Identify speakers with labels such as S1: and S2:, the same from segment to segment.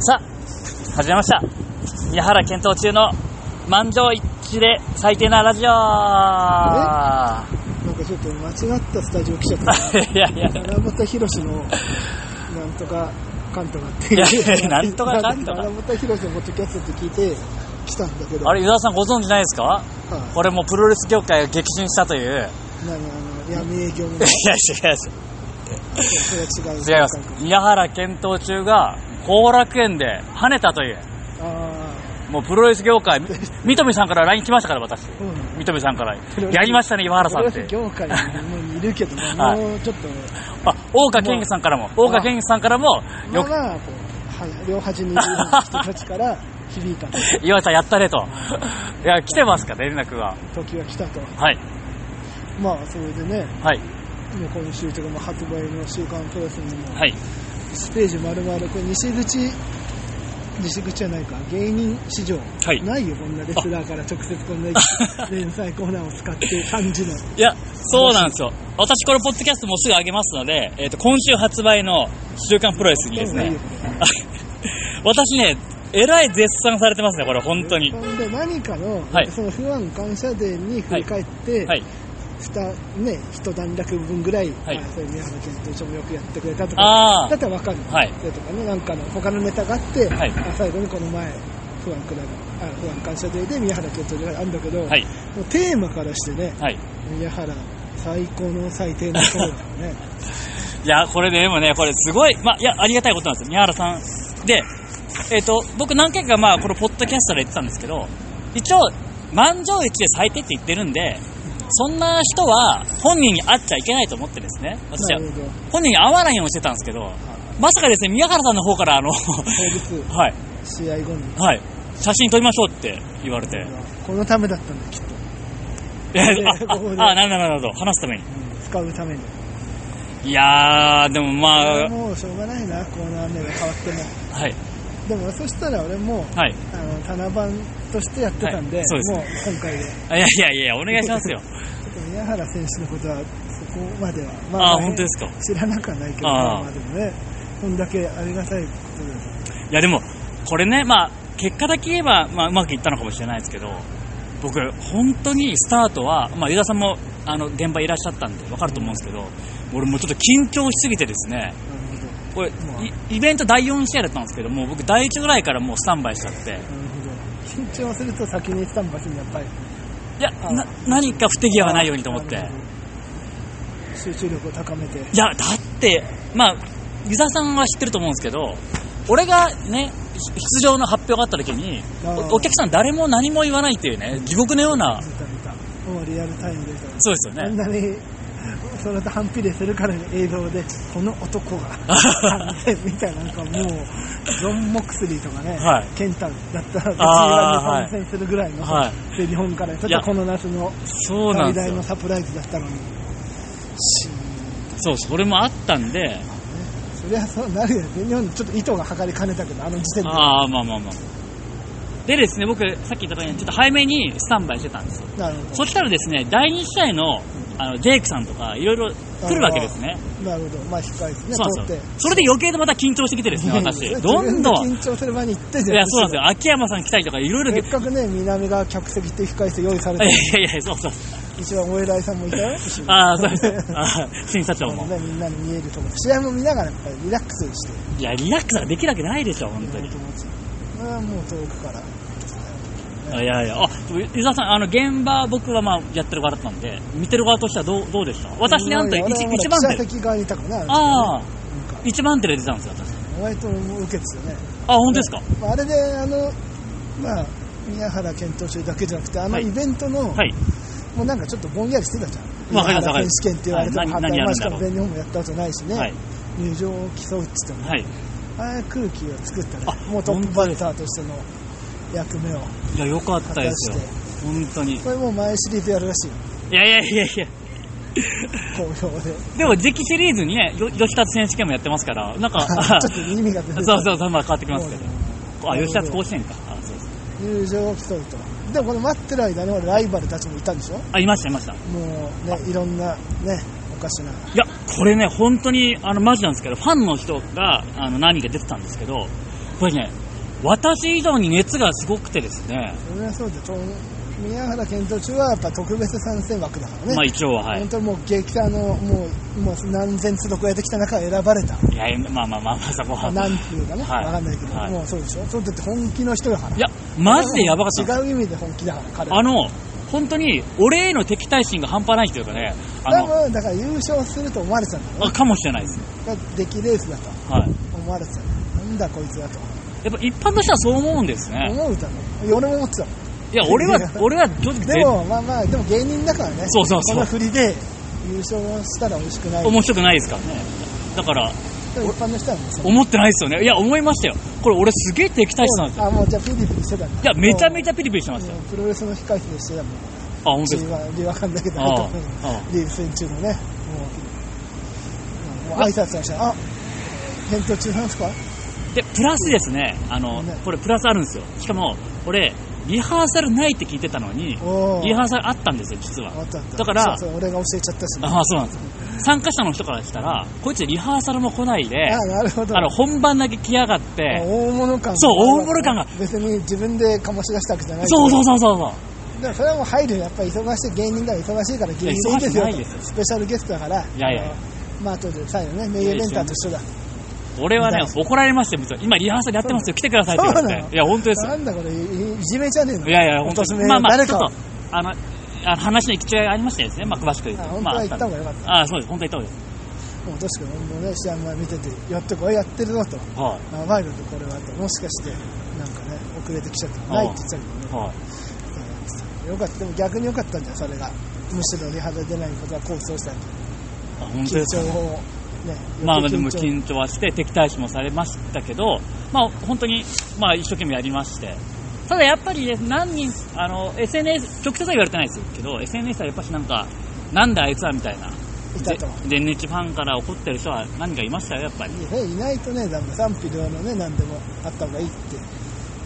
S1: さあ、始めました。宮原検討中の満場一致で最低なラジオ
S2: なんかちょっと間違ったスタジオ来ちゃった。
S1: いやいや、
S2: 七夕ひろしの、なんとか、かんとかって
S1: いやいやなんとかかんとか
S2: 七夕ひろしのポッドキャストって聞いて、来たんだけど。
S1: あれ、湯沢さんご存知ないですか
S2: は
S1: これもうプロレス業界が激震したという。いや、
S2: い何あの、闇営業みたい
S1: 違う
S2: な。それは違う。
S1: 違います
S2: 感。覚
S1: 宮原検討中が後楽園で跳ねたという。
S2: あ
S1: もうプロレス業界、み三富さんから LINE 来ましたから、私。
S2: あ、う
S1: 三
S2: ん。
S1: 富さんから
S2: プロ。レス
S1: やりましたね、岩原さんっ
S2: プロレ
S1: て
S2: ス。業界にもいるけど、
S1: はい
S2: もうちょっとね、
S1: あ、大岡健二さんからも、大岡健二さんからも、
S2: ま
S1: よ
S2: あ
S1: く、
S2: まあ、こう、は両端にいる人たちから 響いたと
S1: 岩井さんやったねと。いや、来てますから、連絡が。
S2: 時が来たと。
S1: はい。
S2: まあ、それでね、
S1: はい。
S2: もう今週というか、もう発売の週刊プロレスにも、
S1: はい。
S2: ステージ丸々、これ西口、西口じゃないか、芸人史上、
S1: はい
S2: ないよ、こんなレスラーから直接こんな連載コーナーを 使って感じの。
S1: いや、そうなんですよ。私、これ、ポッドキャストもうすぐ上げますので、えっ、と、今週発売の週刊プロレスにですね、私ね、えらい絶賛されてますね、これ、本当に。
S2: ほんで何かの、
S1: はい
S2: その不安感謝デーに振り返って、
S1: はい。
S2: ふたね、一段落分ぐらい、
S1: はい
S2: あそういう宮原健と一緒もよくやってくれたと
S1: あ
S2: か
S1: ー、
S2: だったらわかる。
S1: はい
S2: それとかね、なんかの他のネタがあって、
S1: はい
S2: あ最後にこの前、不安くなる、あ不安感謝デーで宮原健とがあるんだけど、
S1: はい。
S2: もうテーマからしてね、
S1: はい。
S2: 宮原最高の最低のコーナーね
S1: いや、これねでもね、これすごい、まあ、いや、ありがたいことなんですよ、宮原さん。で、えっ、と、僕何回かまあ、このポッドキャストで言ってたんですけど、一応、満場一致で最低って言ってるんで、そんな人は本人に会っちゃいけないと思ってですね、私は
S2: なるほど
S1: 本人に会わないようにしてたんですけど、まさかですね、宮原さんの方からあの、
S2: 当日
S1: はい、
S2: 試合後に
S1: はい、写真撮りましょうって言われて、
S2: このためだったんだきっと、
S1: いや あ
S2: ここで
S1: あ、あなるほど、なるほど、話すために。
S2: 使うために
S1: いやー、でもまあ、
S2: もうしょうがないなコーナー名が変わっても
S1: はい、
S2: でもそしたら俺も
S1: はい。
S2: あの棚番としてやってたんで,、
S1: はいそうです
S2: もう今回でち
S1: あいやいやいや、お願いしますよ。
S2: ょっと宮原選手のことはそこまではま
S1: あー本当ですか
S2: 知らなくはないけど
S1: あー
S2: まあでもねこんだけありがたいことだと
S1: いやでも、これね、まあ、結果だけ言えば、まあ、うまくいったのかもしれないですけど、僕、本当にスタートは、まあ、湯田さんもあの現場いらっしゃったんで分かると思うんですけど、俺もうちょっと緊張しすぎてですね、
S2: なる
S1: こ
S2: ほど
S1: れ、いイベント第4試合だったんですけど、もう僕、第1ぐらいからもうスタンバイしちゃって、
S2: なるほど緊張すると先にスタンバイするのやっぱり
S1: いや、な何か不手際がないようにと思って
S2: なる。ほど集中力を高めて
S1: いや、だって、まあ、湯沢さんは知ってると思うんですけど、俺がね、出場の発表があった時に、おお客さん誰も何も言わないっていうね、地獄のような、
S2: 見た見たもうリアルタイムで見た
S1: そうですよ
S2: あ
S1: ね
S2: ん。なに それと反比例するからの映像でこの男が みたいななんかもうジョン・モクスリーとかね、
S1: はい
S2: ケンタだったら
S1: あー
S2: こちらに参戦するぐらいの、
S1: は
S2: で日本からちょっとこの夏の
S1: そうなんです
S2: 最大
S1: よ
S2: の。サプライズだったのにうん
S1: そう、それもあったんで、
S2: そりゃそうなるよ全日本にちょっと糸が測りかねたけどあの時点で
S1: ああ、まあまあまあ。でですね、僕、さっき言ったように、ちょっと早めにスタンバイしてたんですよ。
S2: なるほ
S1: そしたらですね、第2試合の、あの、ジェイクさんとか、いろいろ来るわけですね。
S2: どなるほどまあ控えてね
S1: そう
S2: 通
S1: なん
S2: っ
S1: です
S2: て
S1: よ。それで余計でまた緊張してきて ですね、私。どんどん。い
S2: 緊張する前に行ってじゃん
S1: や、そうなんですよ。秋山さん来たりとか、いろいろ。い
S2: せっかくね南が客席って控え室用意され
S1: や
S2: て
S1: いやいや、そうそう。
S2: 一番お偉いさんもいたよ後 ろ
S1: ああ、そうです。あー審査長
S2: あの
S1: も。
S2: ねみんなに見えるところ試合も見ながらやっぱりリラックスして
S1: いや、リラックスができるわけないでしょ、本当に。
S2: 友達それはもう遠くから
S1: あいやいや、あ、伊沢さん、あの、現場、僕はまあ、やってる側だったんで、見てる側としてはどう、どうでした私ね、あんた
S2: いや
S1: 一
S2: 俺はほら
S1: 一番
S2: 記者
S1: 手。
S2: 席側にいたかな
S1: ああ、
S2: なんか
S1: 一番手で出たんですよ、私。
S2: 割と受けてたよね
S1: あ、本当ですか
S2: まああれであのまあ宮原健闘中だけじゃなくてあの
S1: はい
S2: イベントの、
S1: はい。
S2: もうなんかちょっとぼんやりしてたじゃん
S1: わかります
S2: 宮
S1: わかりま
S2: 原選
S1: す
S2: 手権って言われても
S1: はい何
S2: 反対
S1: 何やるんだろう
S2: しかも全日本もやったことないしね、
S1: はい。
S2: 入場を競うっつっても
S1: はい。
S2: ああいう空気を作ったね
S1: あ
S2: もうトップバッターとしての役目を
S1: いや、よかっ
S2: 果
S1: たで
S2: た
S1: す
S2: し
S1: よ
S2: て。
S1: 本当に。い
S2: これもう前シリーズやるらしいよ
S1: やいやいやいや。
S2: 好評で
S1: でも、次期シリーズにね、よ吉達選手権もやってますから、 なんか、あ
S2: ちょっと意味が出て
S1: そうそうそう、まあ変わってきますけ
S2: も
S1: ど。あ、吉達甲子園か。あ、そうです。
S2: う入場を競うとでもこの待ってる間にほらライバルたちもいたんでしょ
S1: あ、いました、いました。い
S2: もうねいろんなねおかしな
S1: や、これね、本当に、あの、マジなんですけど、ファンの人が、あの、何人か出てたんですけど、ぱりね、私以上に熱がすごくてですね、
S2: それはそうでちょ宮原健闘中はやっぱ特別参戦枠だからね、
S1: まあ一応は、はい
S2: 本。当にもう激戦のもうもう何千つどこやってきた中選ばれた
S1: いや、まあまあまあまあ、そこは。
S2: なんていうかね、わ
S1: はい
S2: かんないけど、
S1: はい
S2: もうそうでしょ、そうだって本気の人だから
S1: い、や、マジでやばかった。
S2: 違う意味で本気だから、彼は
S1: あの、本当に、俺への敵対心が半端ないというかね、あ
S2: 多
S1: の、
S2: 分だから優勝すると思われてたんだろ
S1: あかもしれないですね。
S2: うね、出来レースだと
S1: はい。
S2: 思われてたんだなんだこいつだと
S1: やっぱ一般の人はそう思うんですね。
S2: 思うだろう、俺も思ってたもん
S1: いや、俺は、俺は正直全
S2: でもまあまあ、でも芸人だからね、
S1: そうそうそう
S2: この振りで優勝したら美味しくない、
S1: 面白くないですからね。だから、
S2: でも一般の人はもうそう
S1: 思ってないですよね。いや、思いましたよ。これ俺すげえ敵対心なんですよ。
S2: あ、もうじゃあピリピリしてた
S1: い
S2: んだ。
S1: や、めちゃめ
S2: ち
S1: ちゃピリピリしてましたよ。
S2: プロレスの控え室でしてたもん。
S1: あ、本当です
S2: 理
S1: か。
S2: は理はかんだけど、
S1: あああ
S2: リーグ戦中のね、もう、もう挨拶したら、あ返答中なんですか
S1: で、プラスですね、あの
S2: ね、
S1: これプラスあるんですよ。しかも、俺、リハーサルないって聞いてたのに、
S2: おー
S1: リハーサルあったんですよ、実は
S2: あ。ったあった
S1: だから
S2: そうそう俺が教えちゃったし、
S1: ああ、そうなんですよ。参加者の人からしたら、こいつリハーサルも来ないで、
S2: あなるほど。
S1: あの、本番だけ来やがって、
S2: もう大物感
S1: そう大物感が
S2: 別に自分で醸し出したわけじゃない
S1: そうそう
S2: う
S1: そうそうそう。
S2: でもそれはもう配慮やっぱり忙しい芸人だから忙しいから芸人でいいですよ
S1: いや忙しくないですよ
S2: スペシャルゲストだから
S1: いやいや
S2: あのまああとで最後ね名誉レンターと一緒だ
S1: 俺はね
S2: だ、
S1: 怒られましたよ、別に今リハーサルやってますよ、来てくださいって言わ
S2: そう
S1: れ
S2: なの
S1: て。いや、本当ですよ
S2: な。んだこれいいじめじゃねえの
S1: いやいや、本当
S2: 私
S1: に。
S2: ね
S1: まあまあ、
S2: 誰
S1: ち
S2: か
S1: ょっ
S2: を
S1: と、あの、あの話の行き違いがありましてですね、まあ、詳しく言う
S2: あ
S1: と。
S2: 本当
S1: まあ、
S2: は
S1: あっ
S2: 行ったた
S1: ん
S2: 方
S1: で
S2: がよかった
S1: ああ、そうです、本当に行った方
S2: もう確かに俺もね試合前見ててやってこれやってるぞと
S1: がいいで
S2: やばいのとこれはともしかしてなんかね遅れてきちゃったのないって言ってたけどね
S1: す。はい。はい。
S2: よかったでも逆によかったんだよそれがむしろリハで出ないことは功を奏したんだ
S1: あ本当
S2: 緊
S1: です
S2: 張
S1: か。
S2: をね
S1: まあまあでも
S2: 張
S1: 緊張はして敵対視もされましたけど、まあ本当にまあ一生懸命やりまして、ただやっぱりね何人、あの SNS、直接は言われてないですけど、SNS はやっぱしなんか、なんだあいつはみたいな、
S2: いたと
S1: で電日ファンから怒ってる人は何人かいましたよ、やっぱり。
S2: いやいないとねだんだん賛否両論ね何でもあった方がいいって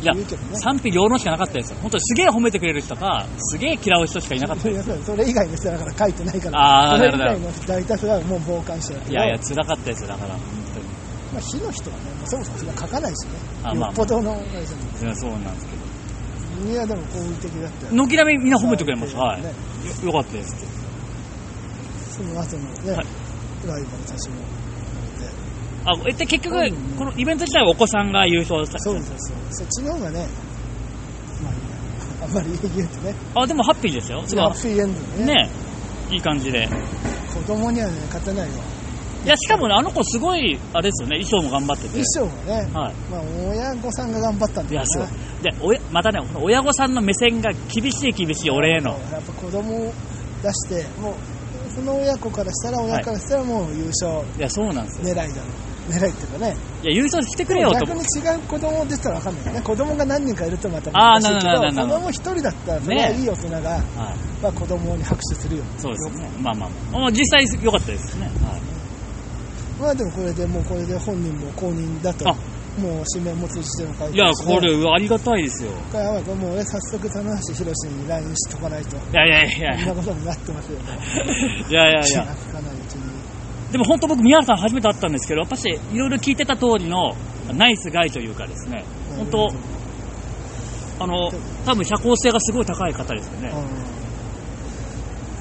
S1: いや
S2: 言うけど、ね
S1: 賛否両論しかなかったですよ、本当にすげえ褒めてくれる人か、すげえ嫌う人しかいなかった
S2: い
S1: で
S2: や
S1: す。
S2: そうそれ以外の人だから書いてないから
S1: あー
S2: それ以
S1: なる
S2: 外
S1: ほ
S2: の大多数はもう傍観者だけど
S1: いやいや、辛かったですよ、だから、本当に。
S2: まあ、火の人はねもうそもそもそんな書かないしね
S1: あま
S2: よ
S1: あ
S2: っぽどのあれじゃない
S1: いやそうなんですけど。
S2: いやでも好意的だったよ
S1: 軒並みみんな褒めてくれました。はい。
S2: ね
S1: よよかったですけど。
S2: その後のね、
S1: はい
S2: ライバルたちも
S1: あ、えで結局
S2: うん、
S1: このイベント自体はお子さんが優勝した。
S2: そうそうそうそっちの方がねまあいいやあんまり言うとね
S1: あ、でもハッピーですよ。すごい
S2: ハッピーエンドでね
S1: ね、いい感じで。
S2: 子供にはね勝てないよ
S1: いや、しかもね、あの子すごい、あれですよね、衣装も頑張ってて
S2: 衣。装はね、
S1: はい。
S2: まあ親御さんが頑張ったんだ
S1: い
S2: よ
S1: や、すご
S2: ね
S1: い。で、おやまたね、親御さんの目線が厳しい厳しい、俺への。
S2: やっぱ子供を出してもうその親子からしたら親からしたらもう優勝
S1: いや、そうなんですよ。
S2: 狙いだろう狙いっていうかね
S1: いや、優勝してくれよと
S2: 逆
S1: 思
S2: に
S1: う。
S2: 違う子供出てたら分かんないよね子供が何人かいるとまた
S1: あー
S2: 難しいけ
S1: なるほどなる
S2: ど子
S1: ほど
S2: 供一人だったらそれはいい大人が、
S1: はい。
S2: まあ、子供に拍手するよ
S1: そうですね。まあまあまあ。まあ実際良かったですね。はい。
S2: まあでもこれでもうこれで本人も公認だと
S1: あ
S2: もう指名も通じての会
S1: いや、これ、ありがたいですよ。
S2: これやばいこれもう俺早速棚橋宏に LINE しとかないと
S1: いやいやいやい
S2: こん
S1: や。
S2: なことになってますよね
S1: いやいやい
S2: 気
S1: や
S2: が。つかないうちに
S1: でも本当僕、宮原さん初めて会ったんですけど、やっぱし、いろいろ聞いてた通りの、ナイスガイというかですね、本当、あの、多分社交性がすごい高い方ですよね。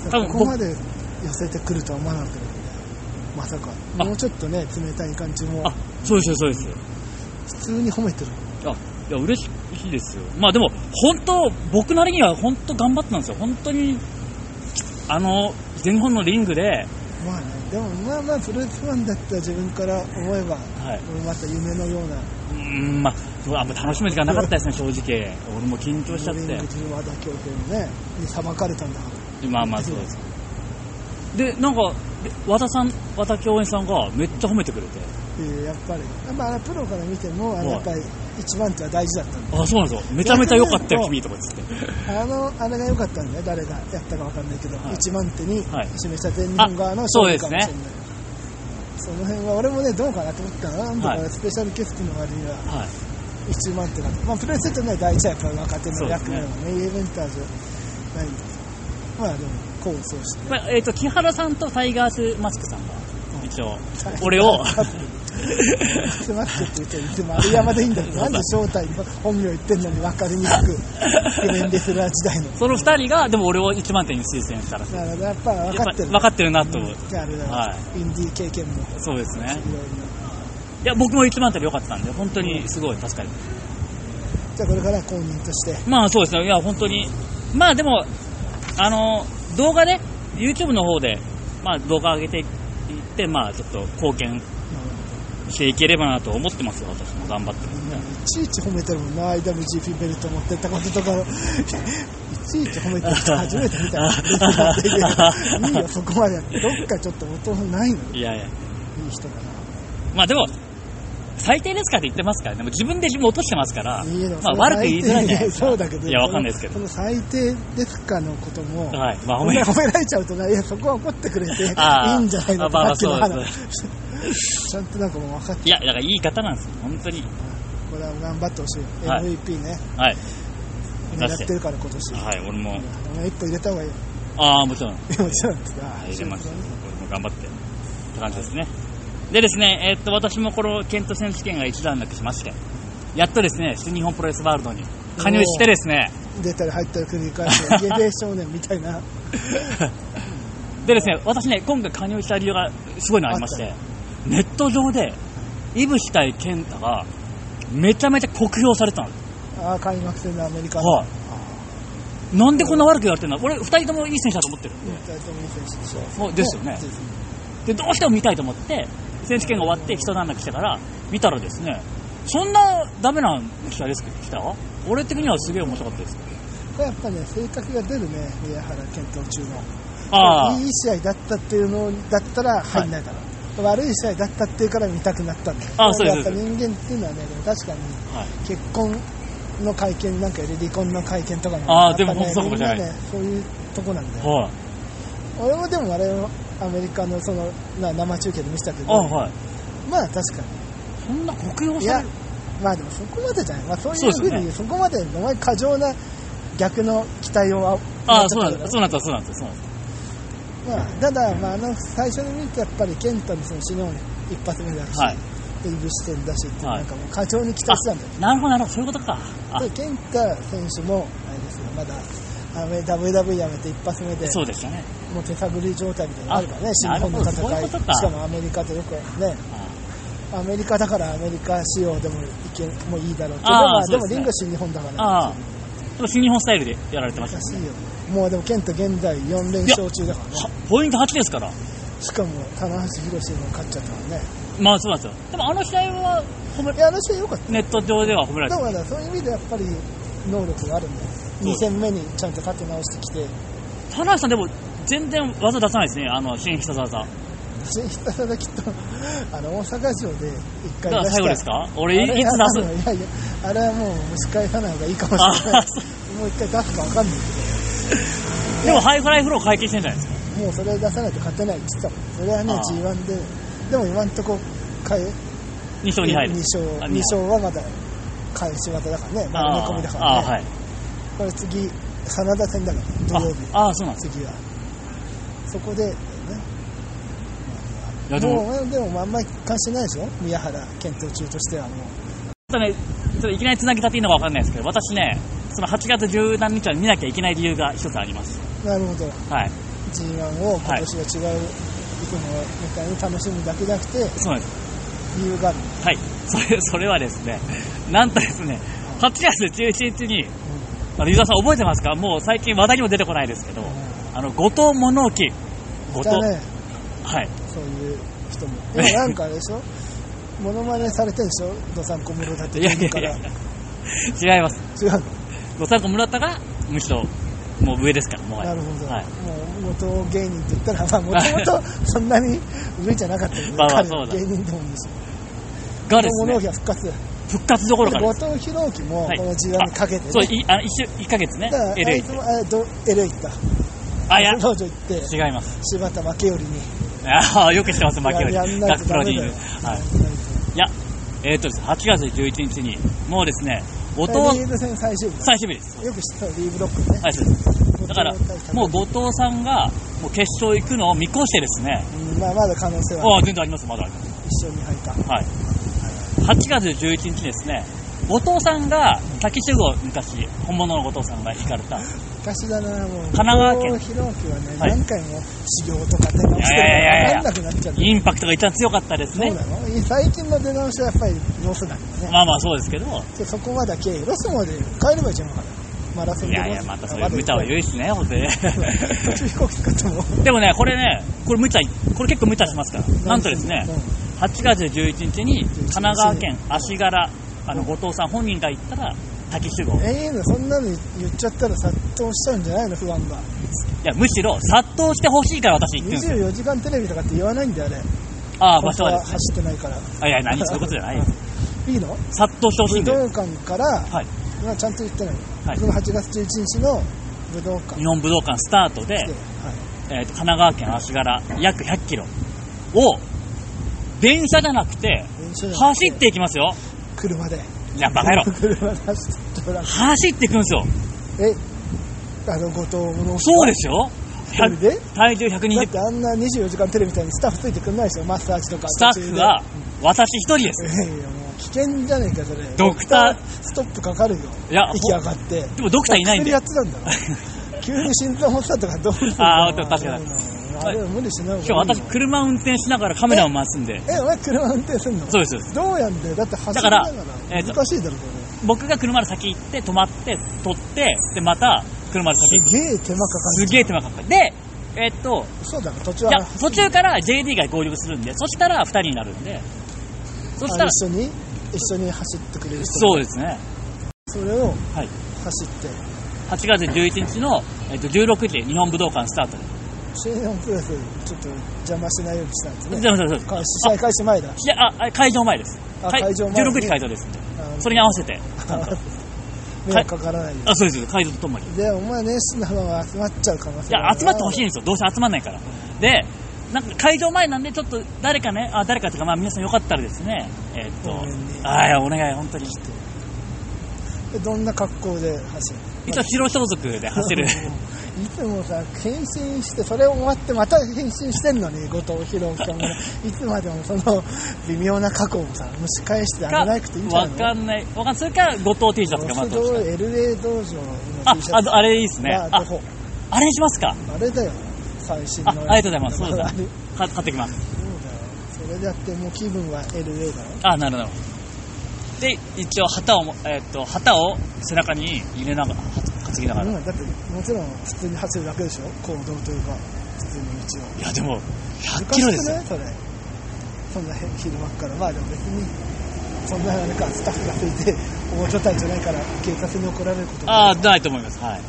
S2: う
S1: 多
S2: ん
S1: 分
S2: ここまで寄せてくるとは思わなかったけどねまさか
S1: あ
S2: もうちょっとね冷たい感じも
S1: あ、そうですよ、そうですよ。
S2: 普通に褒めてる
S1: あ、いや、嬉しいですよ。まあでも、本当、僕なりには本当頑張ってたんですよ。本当に、あの、全日本のリングで、
S2: まあねでもまあまあプロレスファンだった自分から思えば、
S1: はい。
S2: また夢のような
S1: うーん、まあ、そうあんま楽しむ時間なかったですね、正直。俺も緊張しちゃっ
S2: リング
S1: て。
S2: 中和田教授のねに裁かれたんだから
S1: まあまあ、そうです。で、なんか、で和田さん、和田恭平さんがめっちゃ褒めてくれて。
S2: えーやっぱり、まあ、プロから見ても、あ
S1: は
S2: の
S1: い
S2: やっぱり一番手は大事だったん
S1: あ、そうなんですよ。めちゃめちゃ良か ったよ、君とかっつって。
S2: だあのあれが良かったんだよ、誰がやったか分かんないけど、
S1: はい
S2: 一番手に
S1: はい
S2: 示した全日本側の勝利かもしれない、
S1: あそうで
S2: その辺は俺もね、どうかなと思ったの、なんと
S1: は
S2: か
S1: い
S2: スペシャルキャスティングの割には
S1: はい。
S2: 一番手だと、まあ、プロレスってね、第一はやっぱり若手の役目はね、メインイベンターじゃないんだと、まあでも、功を奏して、
S1: まあえっ、と、木原さんとタイガースマスクさんが、一応、
S2: ん
S1: 俺を、
S2: スマッシュって言ってるいつもあれ山でいいんだけど、なんで正体の本名言ってんのに分かりにくく、覆面レスラー時代の。
S1: その二人が、でも俺を1万点に推薦したら、
S2: なるほど、やっぱ分かってる。
S1: 分かってるなと思う。
S2: あれだよ
S1: は
S2: インディー経験もい
S1: そうですね。
S2: ろいろ。
S1: いや、僕も1万点で良かったんで、本当にすごい、確かに。
S2: じゃあこれから公認として。
S1: まあそうですね、いや、本当に、まあでも、あの動画ね、YouTube の方で、まあ、動画上げていって、まあ、ちょっと貢献していければなと思ってますよ、私も頑張ってますね。
S2: いちいち褒めてるもんな IWGP ベルト持ってったこととかいちいち褒めてる人初めて見 たよいいよそこまでやってどっかちょっと音ないのい
S1: いやいや、
S2: い人だ
S1: まあでも、最低ですかって言ってますからね、もう自分で自分落としてますから、
S2: ないいの、
S1: まあ、悪く言いづらいんじゃないですか。
S2: そうだけど
S1: いや、わかんないですけど。
S2: その最低ですかのことも、
S1: はい、まあ、
S2: 褒
S1: おめ
S2: め
S1: でとう
S2: 褒められちゃうとないやそこは怒ってくれていいんじ
S1: あー
S2: ゃないの
S1: まあま
S2: さ
S1: あ
S2: っきの
S1: そうで
S2: 話ちゃんとなんかもう分かって
S1: いや、だからいい方なんですよ、本当に。
S2: これは頑張ってほしい
S1: はい
S2: MVP ね
S1: はい、
S2: 狙ってるから今年
S1: はい、俺も、
S2: お前一歩入れた方がいいよ
S1: ああ、もちろん。
S2: もちろんですが
S1: はい入れました。これも頑張ってって感じですね。でですね、えーっと、私もこのケント選手権が一段落しまして、やっとですね、新日本プロレスワールドに加入してですね、
S2: 出たり入ったり繰り返して、ゲベ少年みたいな、
S1: でですね、私ね、今回加入した理由がすごいのありまして、ネット上で、イブシ対ケンタが、めちゃめちゃ酷評されてたの。
S2: ああ、開幕戦のアメリカの、
S1: はいなんでこんな悪く言われてるの俺、二人ともいい選手だと思ってる。
S2: 大友選手でしょ
S1: そうですよね
S2: そうですね
S1: で、どうしても見たいと思って、選手権が終わって一段落してから、見たらですね、そんなダメな試合ですけど、来た俺的にはすげえ面白かったです。
S2: これやっぱね、性格が出るね、宮原健闘中の。
S1: ああ
S2: いい試合だったっていうのだったら入んないだろう、悪い試合だったっていうから見たくなったんだよ
S1: ああそうです
S2: やっぱ人間っていうのはね、でも確かに
S1: はい
S2: 結婚の会見なんかより離婚の会見とかの
S1: ああでも
S2: やっぱね
S1: 本当そうかもしれない
S2: みんなね、そういうとこなんだよ。
S1: はい。
S2: 俺もでもあれをアメリカのそのな生中継で見せたけど、
S1: あはい。
S2: まあ確かに。
S1: そんな酷評
S2: い
S1: さ
S2: や
S1: れる、
S2: まあでもそこまでじゃない、まあ、そうい
S1: そう
S2: う
S1: です
S2: ふ
S1: よ
S2: う
S1: ね
S2: に、そこまでお前、過剰な逆の期待をあ
S1: ああ、そうなん
S2: 持っち
S1: だ、そ
S2: ゃっ
S1: うなんだ、そうなんだ、そうなんだ。
S2: たからまあ、ただ、まあ、あの最初に見て、やっぱり健太のその死の一発目だし、
S1: はい
S2: でいぶ視点だしっていう、
S1: はい
S2: なんかもう過剰に期待してたんだよ、
S1: なるほど、なるほど、そういうことか。あ
S2: で健太選手も、あれですよ、まだ。あの WW やめて一発目で
S1: そうでしたね。
S2: もう手探り状態みたいなのがあるから
S1: あ
S2: ね、新日本の
S1: な
S2: 戦
S1: る
S2: い、
S1: ほどそういうこと
S2: し
S1: か
S2: かもアメリカとよくね、アメリカだからアメリカ仕様でもいけもういいだろうけど、
S1: あー
S2: まあ、
S1: そうで
S2: でも
S1: すね
S2: リングは新日本だから、
S1: ああ。でも新日本スタイルでやられてまし
S2: ら
S1: た
S2: し
S1: ね。
S2: いよもうでもケント現在4連勝中だからね
S1: はポイント8ですから。
S2: しかも棚橋宏も勝っちゃったからね
S1: まあそうなんですよ。でもあの試合は褒め
S2: い、やあの試合良かっ
S1: ネット上では褒められ
S2: た
S1: て
S2: だ
S1: る。
S2: からそういう意味でやっぱり能力があるんだよ
S1: そう
S2: 2戦目にちゃんと立て直してきて
S1: 田中さんでも全然技出さないですね、あの、新必殺技。
S2: 私ひたすらきっとあの大阪城で1
S1: だか
S2: 回
S1: ら
S2: 出した
S1: 最後ですか
S2: あ
S1: 俺、い
S2: れ
S1: いつ出す
S2: いやいやあれはもう蒸し返さない方がいいかもしれな
S1: あ
S2: いもう1回出すか分かんない
S1: でもハイフライフロー解禁してんじゃないですか。
S2: けどもうそれ出さないと勝てないって言ってたもんそれはね
S1: あー
S2: G1 ででも今んとこ変え
S1: 2勝2敗で
S2: 二
S1: す。
S2: 勝
S1: あ
S2: 二勝はまだ返し技だからね、丸め込みだからね、
S1: ああ、はい。
S2: これ次、真田戦だから、
S1: あ
S2: 土曜日、
S1: ああ、そうなんです
S2: 次は、そこで、ね、
S1: いやでも
S2: もうでもあんまり関心ないでしょ、宮原検討中としてはもう、
S1: ちょっとね、ちょっといきなり繋ぎ立っていいのかわかんないですけど、私ね、その8月17日は見なきゃいけない理由が一つあります。
S2: なるほど、
S1: はい。
S2: G1 を今年は違う、行くのをみたいに楽しむだけじゃなくて、
S1: そうなんです。
S2: 理由がある、
S1: はい。それ、それはですね、なんとですね、8月11日に、あの、ユーザーさん覚えてますかもう最近話題にも出てこないですけど、あの、後藤物置。後
S2: い
S1: 藤
S2: た。ね、
S1: はい。
S2: そういう人も、でもなんかあれでしょ、モノマネされてるでしょ、どさんこ室だって
S1: いやいや
S2: か
S1: い
S2: ら、
S1: や
S2: 違う
S1: 違います。
S2: の
S1: ドサンコ村田が、むしろ、もう上ですから、もう。
S2: なるほど、
S1: はい。
S2: もう元芸人って言ったら、まあ、もともとそんなに上じゃなかったけど、
S1: まあまあ
S2: 彼
S1: そうだ
S2: 芸人でもいいし、
S1: がです
S2: 後藤
S1: ね
S2: 直、樹は復活、
S1: 復活どころかで
S2: 後
S1: す。
S2: 藤弘樹も
S1: はい
S2: この G1 にかけて、ね
S1: そう、い、あの、一週、一ヶ月ね
S2: だから、、
S1: LA
S2: あい
S1: 行っ
S2: つ
S1: て。
S2: もあど LA 行った、
S1: あ、いや、
S2: 道場行って、
S1: 違います。
S2: 柴田負けよりに、
S1: ああ、 よく知ってます、負けより。
S2: やんないと
S1: プ
S2: ダ
S1: ロ
S2: メだ
S1: にい
S2: よ、
S1: る。はい。
S2: やんない
S1: いや、えっ、とですね、8月11日に、もうですね、後
S2: とだからリ
S1: 藤、
S2: ーグ戦最終日だ
S1: 最終日です。
S2: よく知ってたリーブロックね、
S1: はい、そうです。だから
S2: 後藤対、田
S1: もう後藤さんが、もう決勝行くのを見越してですね、
S2: うんまあ、まだ可能性は
S1: ああ、全然あります、まだあります。
S2: 一緒に履いた。
S1: はい、8月11日ですね、後藤さんが、滝主語、昔、本物の後藤さんが弾かれた、
S2: 昔だな、もう。神
S1: 奈川県
S2: 弘明はね、
S1: はい
S2: 何回も修行とか出直してる
S1: いやいやいやいや
S2: から分かんなくなっちゃって。
S1: インパクトが一番強かったです
S2: そう
S1: ね、
S2: なの最近の出直しはやっぱりロスなんですね。
S1: まあまあそうですけど、い
S2: でそこまでだけ、ロスまで帰ればいいじゃんかな。マラソンでロ
S1: や
S2: ス
S1: いや、またそういう無茶は言うしね、ほんとね
S2: 途 中飛行機使っても。
S1: でもね、これね、これ無茶、これ結構無茶しますから、なんとですね、8月11日に神奈川県足柄、あの後藤さん本人が行ったら、滝主語
S2: うん。、ええの、そんなの言っちゃったら殺到しちゃうんじゃないの、不安が。
S1: いや、むしろ殺到してほしいから私行ってるんですよ。
S2: 24時間テレビとかって言わないんだよ、あれ。
S1: ああ、場
S2: 本当
S1: 所は
S2: は
S1: です
S2: 走
S1: ね。
S2: ってないから。
S1: あいや、何そういうことじゃないです。
S2: いいの
S1: 殺到してほしい
S2: 武
S1: んで。
S2: 道館から、
S1: はい。
S2: まあちゃんと言ってない。
S1: はい
S2: この8月11日の武道館
S1: 日本武道館スタートで、
S2: で、はい
S1: えーと神奈川県足柄約100キロを、電車じゃなくて、
S2: 練習
S1: 走っていきますよ。
S2: 車で。
S1: いや、バカ野郎。
S2: 車で走ってもらう
S1: 走っていくんですよ。
S2: え、あの、後藤の。
S1: そうですよ。
S2: 一人で
S1: 体重
S2: だっ
S1: 120。
S2: てあんな24時間テレビみたいにスタッフついてくんないでしょ、マッサージとか。
S1: スタッフは、私一人です。
S2: 途中で。いやいやもう危険じゃねえか、それ。
S1: ドクター
S2: ストップかかるよ。
S1: いや
S2: 息上がって。
S1: でもドクターいないんで
S2: 薬やってたん だろ。急に心臓持ってたとかどういう
S1: あー確かに
S2: に。あれは無理しない
S1: 今日私、車運転しながらカメラを回すんで。
S2: え、お前車運転すんの
S1: そうですそうです。
S2: どうやんだよ。だって走りな
S1: だ
S2: が
S1: かららえーと
S2: 難しいだろ、こ
S1: 僕が車で先行って、止まって、撮って、で、また、車で先
S2: れ
S1: 行っ。て。
S2: すげえ手間かか
S1: す
S2: る。
S1: げえ手間かかる。で、えっと、
S2: そうだろ、途中
S1: いや
S2: は。、
S1: 途中から JD が合流するんで、そしたら2人になるんで、そした
S2: あ
S1: ら、
S2: 一緒に、一緒に走ってくれる人。
S1: そうですね。
S2: それを
S1: はい。
S2: 走って、
S1: 8月11日の、えっと、16時、日本武道館スタートです。
S2: シーンプレス、ちょっと邪魔しないようにしたんですね。
S1: そうそうそう
S2: か試合開始前だ。
S1: いやあ、あ会場前です。
S2: あ
S1: はい
S2: 会場前に
S1: 16時会場ですんで。
S2: あの
S1: それに合わせて。
S2: 迷惑かからないよ
S1: あ、そうです。会場とともに。いう
S2: に。で、お前熱心なファンは集まっちゃう可能性があ
S1: や、
S2: る
S1: 集まってほしいんですよ。どうせ集まんないから。で、なんか会場前なんで、ちょっと誰かね、あ、誰かというか、まあ皆さんよかったらですね、えっと、
S2: ごめんね
S1: あいやお願い、本当に。
S2: でどんな格好で走る
S1: 一応、白装束で走る。
S2: いつもさ、変身して、それを終わってまた変身してんのに、後藤弘樹 さんが、いつまでもその微妙な過去をさ、蒸し返してあげなくていいんじゃない
S1: わ
S2: の
S1: かんない。わかんない。それか、後藤 T シャツがま
S2: ロ
S1: ず
S2: スド
S1: 欲しい。
S2: LA 道場の
S1: あ
S2: T シ、ャ
S1: あ
S2: ツ
S1: のあれいいですね。
S2: が
S1: あ
S2: ど、こ
S1: あれにしますか。
S2: あれだよ、最新
S1: あ、あ
S2: の
S1: り
S2: やつ。
S1: がとうございます。そう
S2: だ
S1: だ
S2: から。
S1: か買ってきます。
S2: そうだよ。それでやってもう気分は LA だろ。
S1: あ、なるほど。で、一応旗をも、えーっと、旗を背中に入れながら、は担ぎながら。い
S2: うん、だってもちろん普通に走るだけでしょ行動というか普通の道を
S1: や、でも、100
S2: 難
S1: キ
S2: し
S1: ロ
S2: く
S1: ですよ
S2: な。いそれそんな昼間っからまあでも別にそんななんかスタッフがついて大所帯じゃないから警察に怒られること
S1: あ
S2: も
S1: あ、ないと思います。はい。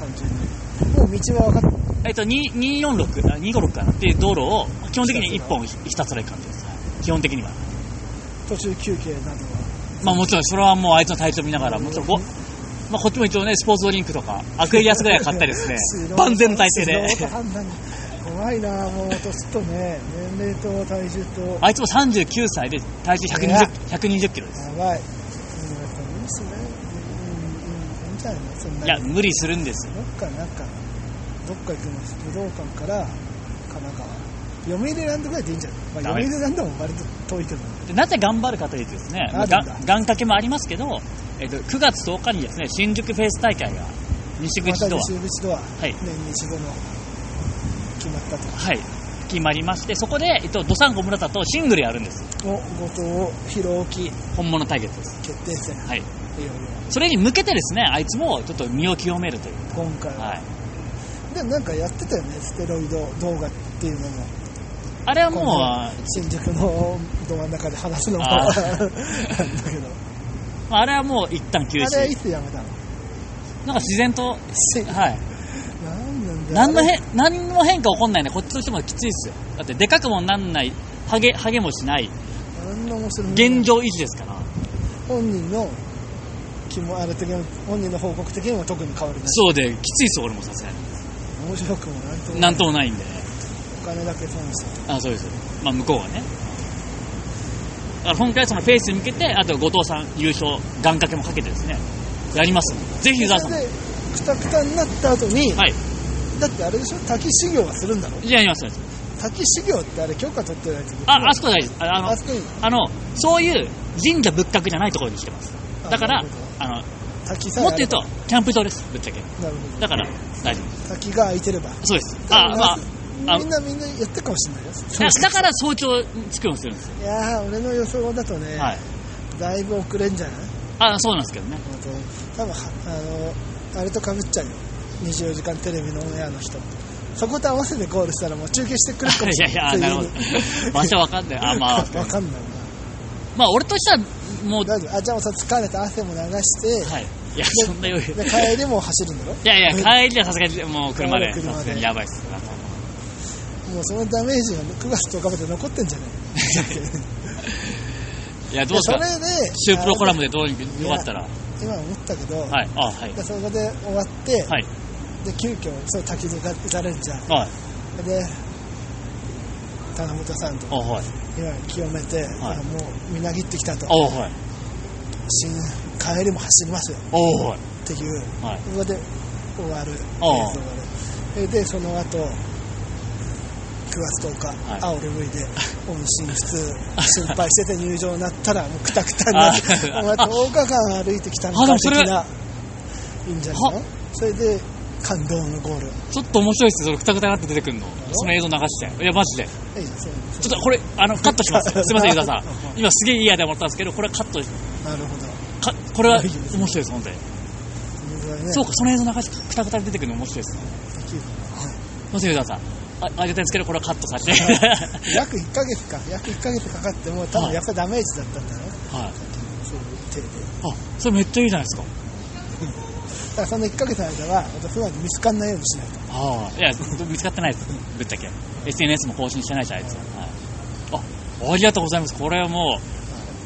S2: 単純にもう道は分かっ
S1: えーっと、2 246、あ256かなっていう道路を、基本的に1本ひひたすら行く感じです。はい基本的には。
S2: 途中休憩などは
S1: まあもちろん、それはもうあいつの体調見ながら、もちろんご、まあこっちも一応ね、スポーツドリンクとか、アクエリアスぐらいは買ったりですね
S2: 素、人
S1: 万全の体制で。
S2: 素人判断怖いなもう年とね年齢と体重とや
S1: あいつも39歳で体重
S2: いや
S1: 120 120キロです。
S2: ばいうんやっぱ無理しないうんうんいいんじゃないのそんなに
S1: いや、無理するんですよ。
S2: どっかなんか、どっか行くの武道館から神奈川。読売ランドぐらいでいいんじゃない、ま
S1: ダ
S2: あ、
S1: メ
S2: 読
S1: です
S2: 売ランドも割と遠いけど、
S1: でなぜ頑張るかというとですね、
S2: あるん
S1: が
S2: だ
S1: 願掛けもありますけど、えっと、9月10日にですね、新宿フェイス大会が、西
S2: また
S1: 口ドア、
S2: 西口ドア、
S1: い
S2: 年に一度の決まった
S1: はい、決まりまして、そこで、えっと、ドサンコ村田とシングルやるんです。
S2: と。お、後藤弘樹
S1: 本物対決です。
S2: 決定戦。
S1: はい。
S2: いよいよ、
S1: それに向けてですね、あいつもちょっと身を清めるという。
S2: 今回は。
S1: はい。
S2: でもなんかやってたよね、ステロイド動画っていうのも。
S1: あれはもう、
S2: この
S1: あ
S2: 新宿のど真ん中で話すのも
S1: あ
S2: なん だけど。
S1: あれはもう一旦休
S2: あれはい
S1: 止。
S2: つやめたの
S1: なんか自然 と、はい。
S2: なんなん
S1: 何の
S2: だよあれ
S1: 変何も変化起こんないねこっちとしてもきついですよだってでかくもなんないハゲハゲもしない
S2: あんな面白い
S1: 現状維持ですから、
S2: 本人の気もあれ的にも本人の報告的にも特に変わるね
S1: そうできついですよ俺もさすがに
S2: 面白くもなんとも
S1: なんともないんで
S2: お金だけ損して
S1: あそうですまあ向こうはねだから今回そのフェイスに向けてあと後藤さん優勝願掛けもかけてですねやりますんでぜひ湯沢さ
S2: そ
S1: んも
S2: れでくたくたになった後に、
S1: はい
S2: だってあれでしょ滝修行はするんだろ
S1: じゃあやりますよ
S2: 滝修行ってあれ許可取ってないといけない
S1: あ、あそこ大事です。ああの
S2: あそこに
S1: あの、そういう神社仏閣じゃないところに来てます。だから
S2: なるほ、
S1: あの、
S2: 滝さえ
S1: もっと
S2: あ
S1: 言
S2: れ
S1: う
S2: ば
S1: と、キャンプ場です、ぶっちゃけ。
S2: なるほ
S1: だから、大丈
S2: ど滝が空いてれば
S1: 夫。そうです。あ、まあ、あ
S2: みんなみんなやってるかもしれないよ
S1: だだから早朝着くようにするんですよ。
S2: いやー俺の予想だとね、
S1: はい。
S2: だいぶ遅れんじゃない
S1: あ、そうなんですけどね。
S2: あと多分はあのあれとかぶっちゃうよ24時間テレビのオンエアの人そこと合わせてゴールしたらもう中継してくるかもしれ
S1: い
S2: な
S1: や
S2: い
S1: いや、な るほど
S2: ついでに。
S1: 場所わかんない。あ、まあ、
S2: わかんない
S1: まあ、俺としては、もう、
S2: な大丈夫あじゃあもうさ疲れた汗も流 して、
S1: はい。いや、そんな余裕。
S2: で
S1: い
S2: 帰りも走るんだろ
S1: やいや、帰りはさすがに、もう車で、
S2: 車で
S1: さすがにやばいっす。なんか
S2: もうそのダメージが9月10日まで残ってんじゃ ない
S1: いや、どうです
S2: それ
S1: か
S2: で
S1: シュープロコラム
S2: で
S1: でどうにかよかったら。
S2: 今思ったけど、
S1: はい。あ、はい。
S2: でそこで終わって、
S1: はい。
S2: で急遽そう滝戸が行かれるじゃん
S1: はい。
S2: で棚本さんと
S1: あ、はい。
S2: 今清めて、
S1: はい
S2: もうみなぎってきたと
S1: あ、はい。
S2: しん帰りも走りますよ
S1: あ、はい。
S2: っていう
S1: はい。
S2: ここで終わる映像
S1: ああ
S2: がねででその後9月10日、
S1: はい
S2: 青で脱い で音信不通心配してて入場になったらもうクタクタに
S1: あ
S2: な
S1: あ
S2: って お前10日間歩いてきたの
S1: あで
S2: か
S1: もそ
S2: 的
S1: れ
S2: ないいんじゃないのそれで感動のゴール
S1: ちょっと面白いっすよ、それ、くたくたなって出てくるの。その映像流して。いや、マジで。ち
S2: えいそう
S1: ょっとこれ、あ の、カットします。すいません、ユダさん。今すげえいいアイデアもらったんですけど、これはカット、
S2: なるほど
S1: かこれは面白いです、本当に。
S2: ね
S1: そうか、その映像流して、くたくたに出てくるの面白いですね。すいません、ユダさん。あ、あげたんですけど、これはカットさせて。 は
S2: 約1ヶ月か約1ヶ月かかってもう多分やっぱダメージだったんだよね
S1: い。
S2: そういう手で
S1: あ、それめっちゃいいじゃないですか。
S2: だからその1ヶ月の間はまた普段見つかんないようにしないと
S1: ああ。いや、見つかってないです、ぶっちゃけ。SNS も更新してないじゃないですか。はい。あ、ありがとうございます。これはも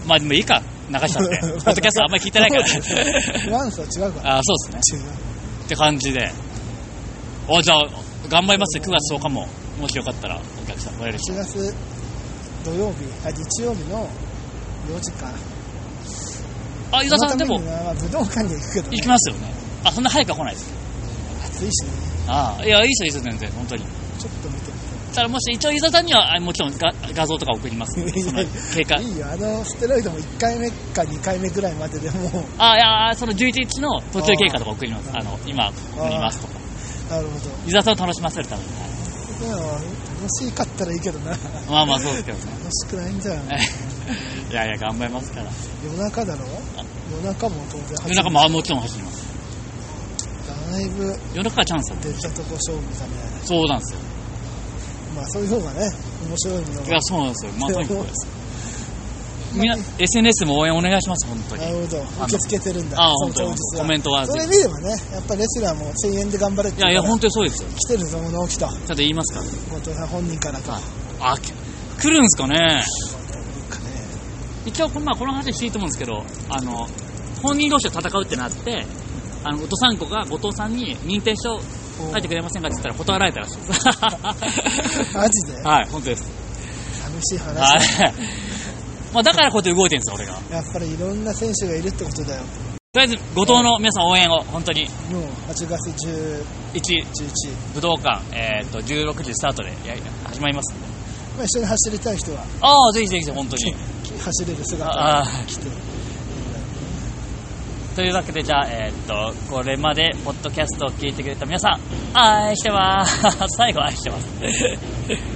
S1: う、まあでもいいか、流しちゃって。ポッドキャストあんまり聞いて ないから。
S2: ワンスは違うから
S1: あそうですね。
S2: 違う
S1: って感じで。お、じゃあ、頑張りますよ。9月10日も。もしよかったら、お客さん、我々
S2: 1月土曜日あ日曜日の4時か
S1: あ、伊
S2: 伊
S1: 沢さん、でも、
S2: 武道館に行くけど、ね
S1: 行き、ますよね。あ、そんな早くは来ないです。
S2: 暑いしね
S1: ああ、いや、いいですよ、いいですよ、全然、本当に。
S2: ちょっと見てみ
S1: ただ、もし、一応、伊沢さんには、あもちろんが、画像とか送りますんで。そ の経過
S2: て。いいよあのステロイドも1回目か2回目ぐらいまででもう
S1: あ、いや、その11日の途中経過とか送ります。あの、今、ここにいますとか。
S2: なるほど
S1: 伊沢さんを楽しませるために。はい
S2: 今は楽しかったらいいけどな楽
S1: まあまあ、そうですけど ね。
S2: しくないんじゃん
S1: いやいや、頑張りますから。
S2: 夜中だろ夜中も当然走
S1: 夜中も、あもちろん走ります。
S2: だいぶ
S1: 夜中はチャンスだ
S2: 出たとこ勝負だね
S1: そうなんですよ。
S2: まあそういう方がね面白いもの
S1: いや、そうなんですよ。まあ、とにかく。みんな
S2: な
S1: SNS も応援お願いします、本当に。
S2: るほど受け付けてるんだ
S1: ああ、
S2: そ
S1: 本
S2: の
S1: 当に
S2: 当日は
S1: コメントは。
S2: それ
S1: い
S2: 見ればねやっぱレスラーも1000円で頑張れって
S1: やいや、本
S2: 当
S1: 当にそうですよ。
S2: 来てるぞ物置
S1: ち
S2: と
S1: ゃんと言いますから。
S2: 後藤さん本人からか
S1: あ、き来るんすかね
S2: なんかね
S1: 一応、まあ、この話していいと思うんですけど、あの、本人同士で戦うってなって、あの、後藤さん子が後藤さんに認定書書いてくれませんかって言ったら断られたらしいです。
S2: マジで
S1: はい、本当です。
S2: 寂しい
S1: は
S2: 話
S1: い。まあ、だからこうやって動いてるんですよ、俺が。と
S2: やっぱりいろんな選手がいるってことだよ
S1: りあえず、後藤の皆さん応援を、本当に、
S2: もう8月10
S1: 1、
S2: 11
S1: 武道館、えっと、16時スタートでや始まりますんで。
S2: まあ一緒に走りたい人は
S1: ああ、ぜひぜひぜひ、本当に。
S2: 走れる姿
S1: あ
S2: を
S1: あ。
S2: 着て
S1: というわけでじゃあ、えーっとこれまでポッドキャストを聞いてくれた皆さん愛してます最後愛してます